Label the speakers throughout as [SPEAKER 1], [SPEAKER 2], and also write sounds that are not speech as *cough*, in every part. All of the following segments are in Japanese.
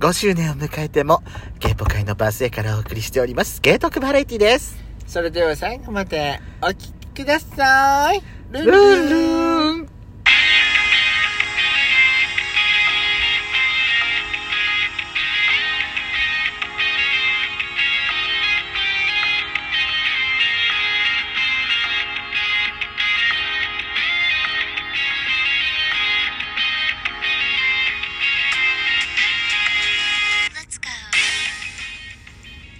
[SPEAKER 1] 5周年を迎えても、ゲーポ会のバースデーからお送りしております、ゲートクバラエティです。
[SPEAKER 2] それでは最後までお聞きください。ルン
[SPEAKER 1] ルンル
[SPEAKER 2] ン。
[SPEAKER 1] ン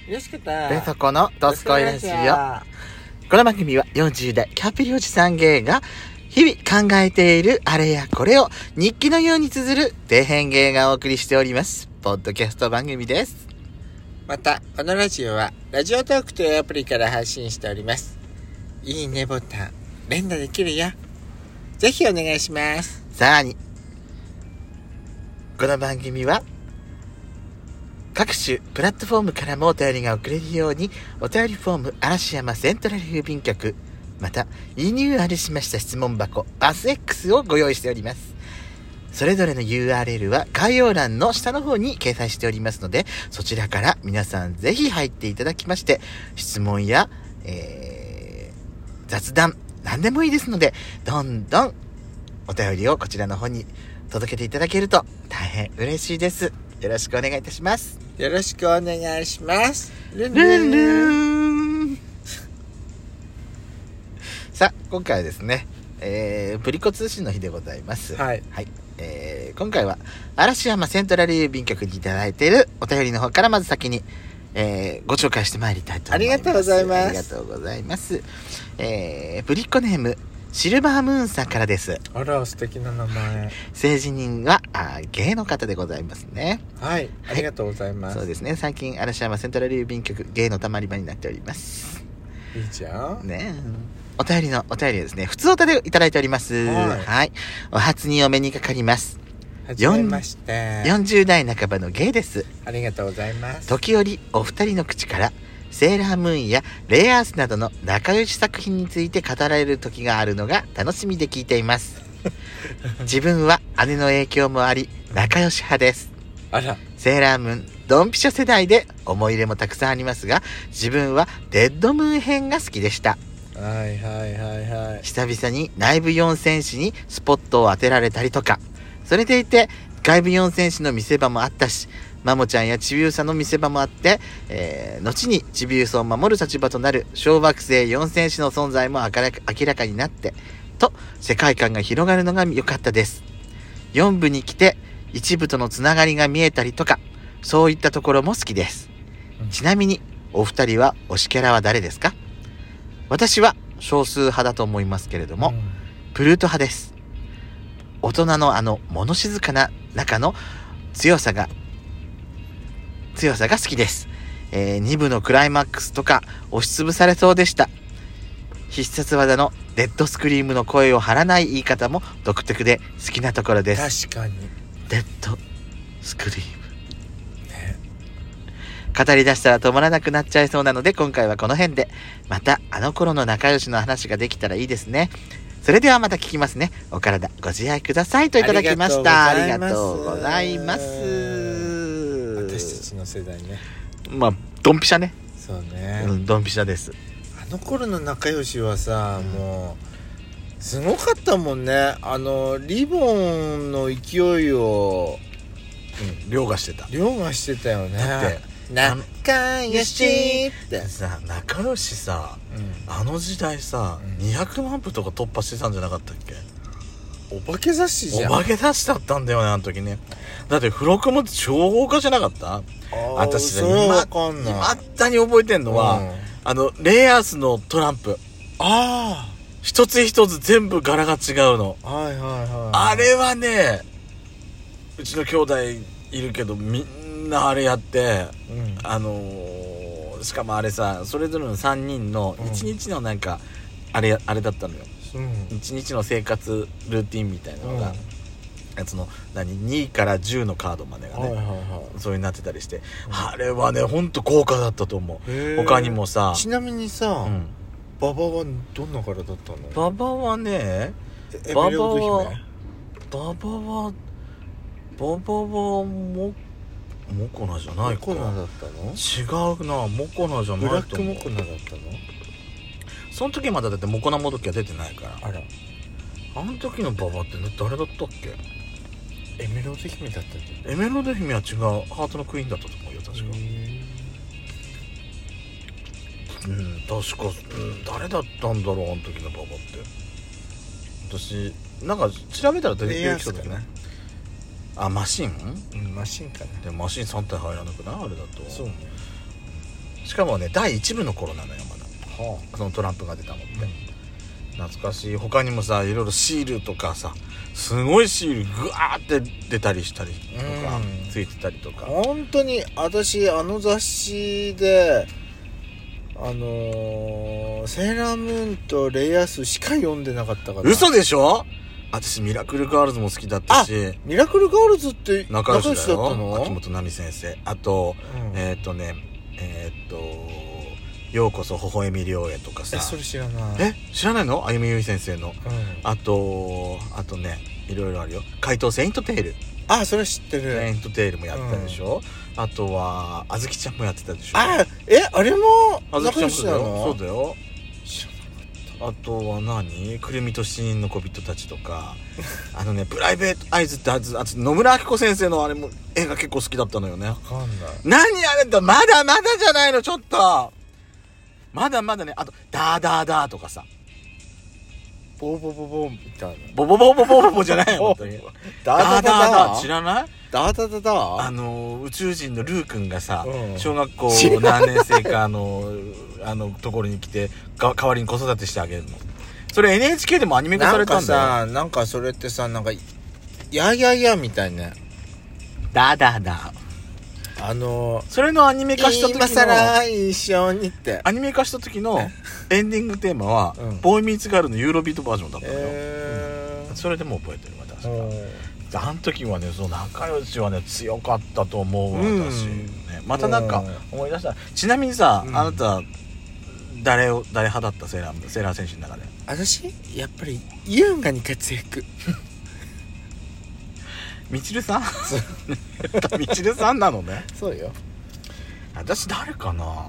[SPEAKER 2] よしかった。
[SPEAKER 1] ベトコのドスコイラジオ。
[SPEAKER 2] よ。
[SPEAKER 1] この番組は40代キャピリおじさん芸が日々考えているあれやこれを日記のように綴る底辺芸がお送りしております。ポッドキャスト番組です。
[SPEAKER 2] また、このラジオは、ラジオトークというアプリから配信しております。いいねボタン、連打できるよ。ぜひお願いします。
[SPEAKER 1] さらに、この番組は各種プラットフォームからもお便りが送れるようにお便りフォーム嵐山セントラル郵便局またリニューアルしました質問箱アス X をご用意しておりますそれぞれの URL は概要欄の下の方に掲載しておりますのでそちらから皆さんぜひ入っていただきまして質問や、えー雑談何でもいいですのでどんどんお便りをこちらの方に届けていただけると大変嬉しいですよろしくお願いいたします
[SPEAKER 2] よろしくお願いします。ルン
[SPEAKER 1] ル
[SPEAKER 2] ル
[SPEAKER 1] ン
[SPEAKER 2] ン
[SPEAKER 1] ルンさあ今回はですね、えー、プリコ通信の日でございます、
[SPEAKER 2] はい。
[SPEAKER 1] えー今回は嵐山セントラル郵便局にいただいているお便りの方からまず先に、えーご紹介してまいりたいと思います
[SPEAKER 2] ありがとうございます
[SPEAKER 1] ありがとうございますえー、プリコネームシルバームーンさんからです
[SPEAKER 2] あら、素敵な名前。
[SPEAKER 1] 政治人はあー芸の方でございますね
[SPEAKER 2] はい。ありがとうございます。
[SPEAKER 1] そうですね最近嵐山セントラル郵便局芸のたまり場になっております
[SPEAKER 2] いいじゃん。
[SPEAKER 1] ねお便りの、お便りですね。普通お便りをいただいております。は。
[SPEAKER 2] はいい
[SPEAKER 1] お初にお目にかかります。
[SPEAKER 2] はじめまして。
[SPEAKER 1] 40代半ばのゲイです。
[SPEAKER 2] ありがとうございます。
[SPEAKER 1] 時折、お二人の口から、セーラームーンやレイアースなどの仲良し作品について語られる時があるのが楽しみで聞いています。
[SPEAKER 2] *laughs*
[SPEAKER 1] 自分は姉の影響もあり、仲良し派です。
[SPEAKER 2] あら、
[SPEAKER 1] セーラームーン、ドンピシャ世代で思い入れもたくさんありますが、自分はデッドムーン編が好きでした。
[SPEAKER 2] はいはいはいはい。
[SPEAKER 1] 久々に内部4選手にスポットを当てられたりとかそれでいて外部4選手の見せ場もあったしマモちゃんやちびうさの見せ場もあって、えー後にちびうさを守る立場となる小惑星4選手の存在も明らか明らかになってと世界観が広がるのが良かったです4部に来て一部とのつながりが見えたりとかそういったところも好きです
[SPEAKER 2] うん
[SPEAKER 1] ちなみにお二人は推しキャラは誰ですか私は少数派だと思いますけれども、
[SPEAKER 2] うん
[SPEAKER 1] プルート派です大人のあの物静かな中の強さが強さが好きです、え2部のクライマックスとか押しつぶされそうでした必殺技のデッドスクリームの声を張らない言い方も独特で好きなところです
[SPEAKER 2] 確かに。
[SPEAKER 1] デッドスクリーム語り出したら止まらなくなっちゃいそうなので今回はこの辺でまたあの頃の仲良しの話ができたらいいですねそれではまた聞きますねお体ご自愛くださいといただきましたあ
[SPEAKER 2] あ
[SPEAKER 1] り
[SPEAKER 2] り
[SPEAKER 1] が
[SPEAKER 2] が
[SPEAKER 1] と
[SPEAKER 2] と
[SPEAKER 1] う
[SPEAKER 2] う
[SPEAKER 1] ご
[SPEAKER 2] ご
[SPEAKER 1] ざ
[SPEAKER 2] ざ
[SPEAKER 1] い
[SPEAKER 2] い
[SPEAKER 1] ま
[SPEAKER 2] ます
[SPEAKER 1] す
[SPEAKER 2] 私たちの世代ね。
[SPEAKER 1] まあドンピシャね、
[SPEAKER 2] そうね。
[SPEAKER 1] うん、ドンピシャです
[SPEAKER 2] あの頃の仲良しはさ、
[SPEAKER 1] うん
[SPEAKER 2] もうすごかったもんねあのリボンの勢いを
[SPEAKER 1] 凌駕してた
[SPEAKER 2] 凌駕してたよね
[SPEAKER 1] だって
[SPEAKER 2] 仲良しって、
[SPEAKER 1] さ仲良しさあの時代さ
[SPEAKER 2] うん
[SPEAKER 1] 200万部とか突破してたんじゃなかったっけ
[SPEAKER 2] お化け雑誌じゃん
[SPEAKER 1] お化け雑誌だったんだよねあの時ねだって付録も超豪華じゃなかった
[SPEAKER 2] あー
[SPEAKER 1] 私
[SPEAKER 2] そう
[SPEAKER 1] 今
[SPEAKER 2] わかんない
[SPEAKER 1] まったに覚えてんのは、
[SPEAKER 2] うん
[SPEAKER 1] あのレイアースのトランプ
[SPEAKER 2] あ
[SPEAKER 1] 一つ一つ全部柄が違うの、
[SPEAKER 2] あはいはいはい
[SPEAKER 1] あれはねうちの兄弟いるけどみんなあれやって
[SPEAKER 2] うん
[SPEAKER 1] あのーしかもあれさそれぞれの3人の
[SPEAKER 2] うん
[SPEAKER 1] 1日のなんか、あれあれだったのよ
[SPEAKER 2] うん
[SPEAKER 1] 1日の生活ルーティンみたいなのが、やつの何2から10のカードまでがね、
[SPEAKER 2] はいはいは
[SPEAKER 1] そういうなってたりして、
[SPEAKER 2] うん
[SPEAKER 1] あれはねほんと豪華だったと思
[SPEAKER 2] いへ
[SPEAKER 1] う
[SPEAKER 2] ー
[SPEAKER 1] 他にもさ、
[SPEAKER 2] ちなみにさ、
[SPEAKER 1] うん、
[SPEAKER 2] ババはどんな柄だったの
[SPEAKER 1] ババはね
[SPEAKER 2] エ
[SPEAKER 1] ババは
[SPEAKER 2] メリルド姫
[SPEAKER 1] ババはババはもモコナじゃないか
[SPEAKER 2] モコナだったの
[SPEAKER 1] 違うなモコナじゃないと思う
[SPEAKER 2] ブラックモコナだったの
[SPEAKER 1] その時まだだってモコナもどきは出てないから
[SPEAKER 2] あら
[SPEAKER 1] あの時の馬場って誰だったっけ
[SPEAKER 2] エメロード姫だったんだよ
[SPEAKER 1] エメロード姫は違うハートのクイーンだったと思うよ確かうん、確か、うん、誰だったんだろうあの時の馬場って私なんか調べたら出てきそうだよ
[SPEAKER 2] レイアー
[SPEAKER 1] ねあマシン
[SPEAKER 2] うんマシンかな
[SPEAKER 1] でもマシン3体入らなくないあれだと
[SPEAKER 2] そうね
[SPEAKER 1] しかもね第1部の頃なのよまだ
[SPEAKER 2] は
[SPEAKER 1] そのトランプが出たのって、
[SPEAKER 2] うん
[SPEAKER 1] 懐かしい他にもさいろいろシールとかさすごいシールグワーって出たりしたりとか、
[SPEAKER 2] うん
[SPEAKER 1] ついてたりとか
[SPEAKER 2] 本当に私あの雑誌であのーセーラームーンとレイヤースしか読んでなかったから
[SPEAKER 1] 嘘でしょ私ミラクルガールズも好きだったし
[SPEAKER 2] ミラクルガールズって
[SPEAKER 1] 仲良しだ
[SPEAKER 2] だっ
[SPEAKER 1] よ
[SPEAKER 2] たの
[SPEAKER 1] 秋元奈美先生あと、
[SPEAKER 2] うん
[SPEAKER 1] えっ、とねえっ、と「ようこそ微笑み良へ」とかさ
[SPEAKER 2] えそれ知らない
[SPEAKER 1] え知らないのあゆみゆい先生の
[SPEAKER 2] うんあ
[SPEAKER 1] あとあとねいろいろあるよ怪盗セイントテール
[SPEAKER 2] それ知ってる、
[SPEAKER 1] セイントテールもやったでしょ、あとはあずきちゃんもやってたでしょ
[SPEAKER 2] あえあれも
[SPEAKER 1] あずき
[SPEAKER 2] 仲
[SPEAKER 1] ちゃんもそうだ
[SPEAKER 2] 良し
[SPEAKER 1] よ
[SPEAKER 2] なの
[SPEAKER 1] そうだよ
[SPEAKER 2] 知ら
[SPEAKER 1] あ
[SPEAKER 2] な
[SPEAKER 1] とは何くるみと死人の小人たちと *laughs* かあのねプライベートアイズってあずあと野村明子先生のあれも映画結構好きだったのよね
[SPEAKER 2] かんない
[SPEAKER 1] 何あれだまだまだじゃないのちょっとまだまだねあと「ダーダーダー」とかさ
[SPEAKER 2] ボーボーボーボーみたいな
[SPEAKER 1] ボボボボボボボじゃないの本当に
[SPEAKER 2] ダ
[SPEAKER 1] ダーダー
[SPEAKER 2] ーダ
[SPEAKER 1] ダ
[SPEAKER 2] ダダ
[SPEAKER 1] ー知らない
[SPEAKER 2] ダーダダダ
[SPEAKER 1] あの宇宙人のルー君がさ、
[SPEAKER 2] うん
[SPEAKER 1] 小学校
[SPEAKER 2] 知ら
[SPEAKER 1] 何年生かのあのところに来てか代わりに子育てしてあげるのそれ NHK でもアニメ化さ
[SPEAKER 2] なん
[SPEAKER 1] れた
[SPEAKER 2] か
[SPEAKER 1] んだよ
[SPEAKER 2] さなんかそれってさなんかやいやいやみたいな
[SPEAKER 1] ダーダーダー
[SPEAKER 2] あの
[SPEAKER 1] それのアニメ化した時の
[SPEAKER 2] 今更一緒にって
[SPEAKER 1] アニメ化した時
[SPEAKER 2] *laughs*
[SPEAKER 1] のエンディングテーマは、
[SPEAKER 2] うん
[SPEAKER 1] ボーイミーツガールのユーロビートバージョンだったのよ、
[SPEAKER 2] え
[SPEAKER 1] それでもう覚えてる私は、
[SPEAKER 2] ー
[SPEAKER 1] あの時はねその仲良しはね強かったと思う
[SPEAKER 2] うん
[SPEAKER 1] 私、ね、またなんか思い出したちなみにさ、
[SPEAKER 2] うん
[SPEAKER 1] あなた誰を誰派だったセーラーセーラー選手の中で
[SPEAKER 2] 私やっぱり優雅に活躍
[SPEAKER 1] みちるさん *laughs* みちるさんなのね
[SPEAKER 2] そうよ
[SPEAKER 1] 私誰かな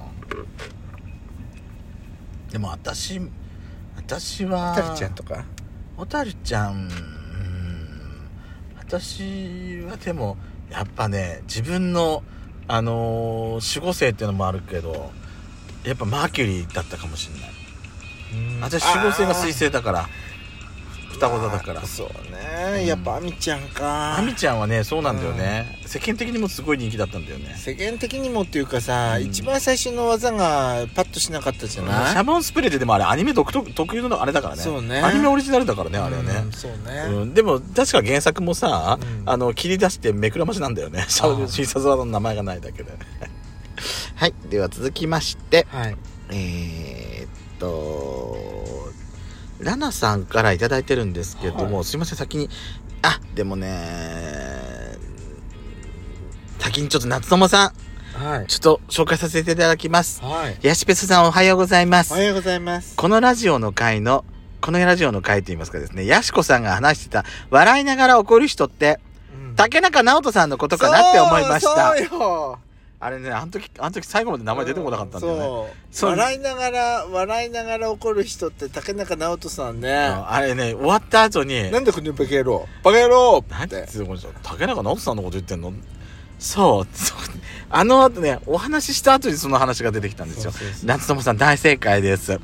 [SPEAKER 1] でも私私は
[SPEAKER 2] たるちゃんとか
[SPEAKER 1] ホタルちゃんうーん私はでもやっぱね自分のあのー、守護星っていうのもあるけどやっぱマーキュリーだったかもしれない私守護星が彗星だから双子座だから
[SPEAKER 2] あーそう
[SPEAKER 1] うん
[SPEAKER 2] ねやっぱ亜美ちゃんか
[SPEAKER 1] アミちゃんはねそうなんだよね世間的にもすごい人気だったんだよね
[SPEAKER 2] 世間的にもっていうかさ
[SPEAKER 1] うん
[SPEAKER 2] 一番最初の技がパッとしなかったじ
[SPEAKER 1] シ
[SPEAKER 2] ゃない
[SPEAKER 1] ャボンスプレーででもあれアニメ独特特有のあれだからね
[SPEAKER 2] そうね
[SPEAKER 1] アニメオリジナルだからねあれはね、
[SPEAKER 2] うんそうね
[SPEAKER 1] うん、でも確か原作もさ、
[SPEAKER 2] うん
[SPEAKER 1] あの切り出してめくらましなんだよねシャオ新殺技の名前がないだけではいでは続きまして
[SPEAKER 2] はい
[SPEAKER 1] えーっとラナさんから頂いてるんですけども、
[SPEAKER 2] は
[SPEAKER 1] すいません先にあでもね先にちょっと夏友さん
[SPEAKER 2] はい
[SPEAKER 1] ちょっと紹介させていただきます
[SPEAKER 2] はい
[SPEAKER 1] ヤシペスさんおはようございます
[SPEAKER 2] おはようございます
[SPEAKER 1] このラジオの回の、このラジオの回と言いますかですね、ヤシコさんが話してた、笑いながら怒る人って、竹中直人さんのことかなって思いました。
[SPEAKER 2] そうそうよ
[SPEAKER 1] あれね、あの時、あの時最後まで名前出てこなかったんだよね。
[SPEAKER 2] そう
[SPEAKER 1] そう
[SPEAKER 2] 笑いながら笑いながら怒る人って竹中直人さん
[SPEAKER 1] う
[SPEAKER 2] ね
[SPEAKER 1] んあれね、終わった後に、
[SPEAKER 2] なんでこのバカ野郎バカ野郎
[SPEAKER 1] なん
[SPEAKER 2] ってて
[SPEAKER 1] 言って竹中直人さんのこと言ってんのそう、 *laughs* そう。あの後ね、お話しした後にその話が出てきたんですよ
[SPEAKER 2] そうそうそ。う
[SPEAKER 1] 夏友さん大正解です。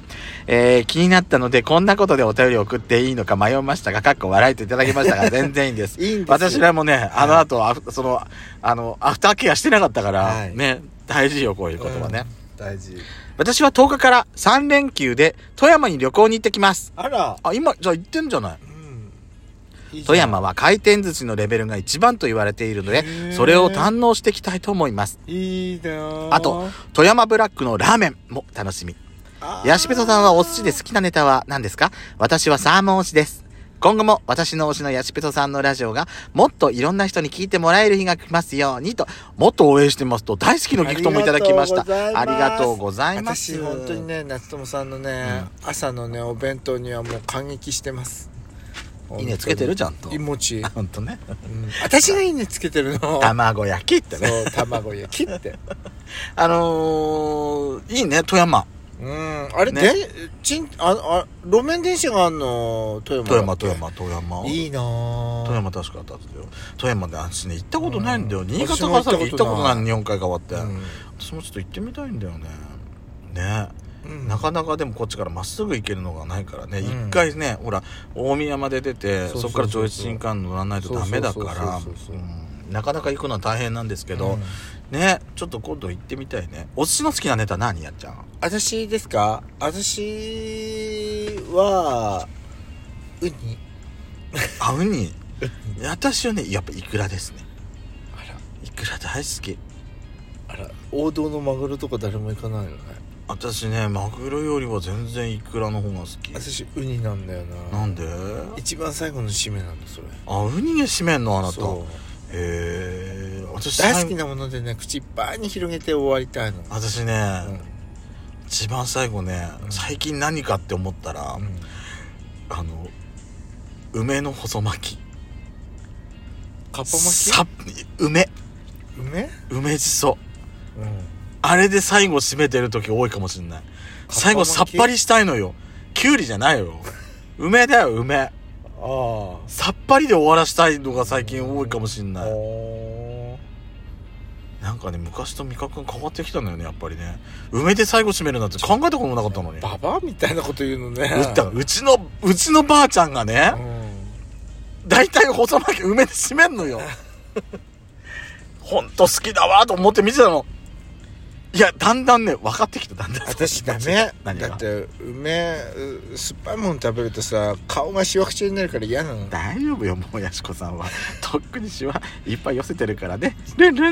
[SPEAKER 1] えー、気になったので、こんなことでお便り送っていいのか迷いましたが、かっこ笑いといただきましたが、全然いいん
[SPEAKER 2] *laughs*
[SPEAKER 1] です。
[SPEAKER 2] いいんですよ
[SPEAKER 1] 私らもね、あの後、あふその、あの、アフターケアしてなかったから、
[SPEAKER 2] はい
[SPEAKER 1] ね、大事よ、こういうことはね。
[SPEAKER 2] うん大事
[SPEAKER 1] 私は10日から3連休で富山に旅行に行ってきます。
[SPEAKER 2] あら
[SPEAKER 1] あ、今、じゃあ行ってんじゃない
[SPEAKER 2] うんいいじゃん
[SPEAKER 1] 富山は回転寿司のレベルが一番と言われているの
[SPEAKER 2] へ
[SPEAKER 1] で、
[SPEAKER 2] ー
[SPEAKER 1] それを堪能していきたいと思います。
[SPEAKER 2] いいなー
[SPEAKER 1] あと、富山ブラックのラーメンも楽しみ。
[SPEAKER 2] あー
[SPEAKER 1] ヤシペソさんはお寿司で好きなネタは何ですか私はサーモン推しです。今後も私の推しのヤシペソさんのラジオがもっといろんな人に聞いてもらえる日が来ますようにと、もっと応援してますと大好きのギフトもいただきました。あ
[SPEAKER 2] あ
[SPEAKER 1] り
[SPEAKER 2] り
[SPEAKER 1] が
[SPEAKER 2] が
[SPEAKER 1] と
[SPEAKER 2] と
[SPEAKER 1] う
[SPEAKER 2] う
[SPEAKER 1] ご
[SPEAKER 2] ご
[SPEAKER 1] ざいます。
[SPEAKER 2] 私本当にね夏友さんのね、朝のねお弁当にはもう感激してます
[SPEAKER 1] いいねつけてるちゃんと
[SPEAKER 2] いい餅、
[SPEAKER 1] 本当ね
[SPEAKER 2] うん私がいいねつけてる
[SPEAKER 1] *laughs*
[SPEAKER 2] の
[SPEAKER 1] 卵焼きってね
[SPEAKER 2] そう卵焼きって
[SPEAKER 1] あのー、いいね富山
[SPEAKER 2] うんあれ、
[SPEAKER 1] ね
[SPEAKER 2] でちんああ路面電車があんの富山
[SPEAKER 1] 富山
[SPEAKER 2] だっけ
[SPEAKER 1] 富山富山
[SPEAKER 2] いいなぁ
[SPEAKER 1] 富山確かあったんですよ富山で私ね行ったことないんだよ、
[SPEAKER 2] うん
[SPEAKER 1] 新潟からさ
[SPEAKER 2] 私も
[SPEAKER 1] 行
[SPEAKER 2] 行
[SPEAKER 1] っ
[SPEAKER 2] ったた
[SPEAKER 1] こ
[SPEAKER 2] こと
[SPEAKER 1] な
[SPEAKER 2] とない
[SPEAKER 1] いの日本海側って、
[SPEAKER 2] うん
[SPEAKER 1] 私もちょっと行ってみたいんだよねね
[SPEAKER 2] うん
[SPEAKER 1] なかなかでもこっちからまっすぐ行けるのがないからね
[SPEAKER 2] うん
[SPEAKER 1] 一、回ねほら大宮まで出て
[SPEAKER 2] そうそうそうそ
[SPEAKER 1] そうこから上越新幹線乗らないとダメだから
[SPEAKER 2] そうそうそうそうそう
[SPEAKER 1] うんなかなか行くのは大変なんですけど、
[SPEAKER 2] うん
[SPEAKER 1] ねちょっと今度行ってみたいねお寿司の好きなネタ何やっちゃん
[SPEAKER 2] 私ですか私はウニ
[SPEAKER 1] あウ
[SPEAKER 2] *laughs*
[SPEAKER 1] ニ私はねやっぱイクラですね
[SPEAKER 2] あら
[SPEAKER 1] イクラ大好き
[SPEAKER 2] あら王道のマグロとか誰も行かないよね
[SPEAKER 1] 私ねマグロよりは全然イクラの方が好き
[SPEAKER 2] 私ウニなんだよな
[SPEAKER 1] なんで
[SPEAKER 2] 一番最後の締めなんだそれ
[SPEAKER 1] あウニが締めんのあなたへ
[SPEAKER 2] そう
[SPEAKER 1] え私
[SPEAKER 2] 大好き
[SPEAKER 1] 最後
[SPEAKER 2] なものでね口いっぱいに広げて終わりたいの
[SPEAKER 1] 私ね、
[SPEAKER 2] うん
[SPEAKER 1] 一番最後ね
[SPEAKER 2] うん
[SPEAKER 1] 最近何かって思ったら、
[SPEAKER 2] うん
[SPEAKER 1] あの梅の細巻き
[SPEAKER 2] かっぱ巻き
[SPEAKER 1] さ梅
[SPEAKER 2] 梅
[SPEAKER 1] 梅じそ
[SPEAKER 2] うん
[SPEAKER 1] あれで最後締めてる時多いかもしれない
[SPEAKER 2] ぱ巻き
[SPEAKER 1] 最後さっぱりしたいのよきゅうりじゃない
[SPEAKER 2] *laughs*
[SPEAKER 1] よ梅だよ梅
[SPEAKER 2] ああ
[SPEAKER 1] さっぱりで終わらしたいのが最近多いかもしれない
[SPEAKER 2] おー
[SPEAKER 1] なんかね昔と味覚が変わってきたのよねやっぱりね梅で最後締めるなんて考えたこともなかったのに
[SPEAKER 2] ババアみたいなこと言うのね
[SPEAKER 1] うったうちのうちのばあちゃんがね
[SPEAKER 2] うん
[SPEAKER 1] 大体細巻き梅で締めんのよ *laughs* ほんと好きだわと思って見てたのいやだんだんね分かってきただんだん
[SPEAKER 2] 私ダメ
[SPEAKER 1] 何が
[SPEAKER 2] だって梅う酸っぱいもの食べるとさ顔がしわくちゃになるから嫌なの
[SPEAKER 1] 大丈夫よもうやしこさんはとっくにしはいっぱい寄せてるからねルンルン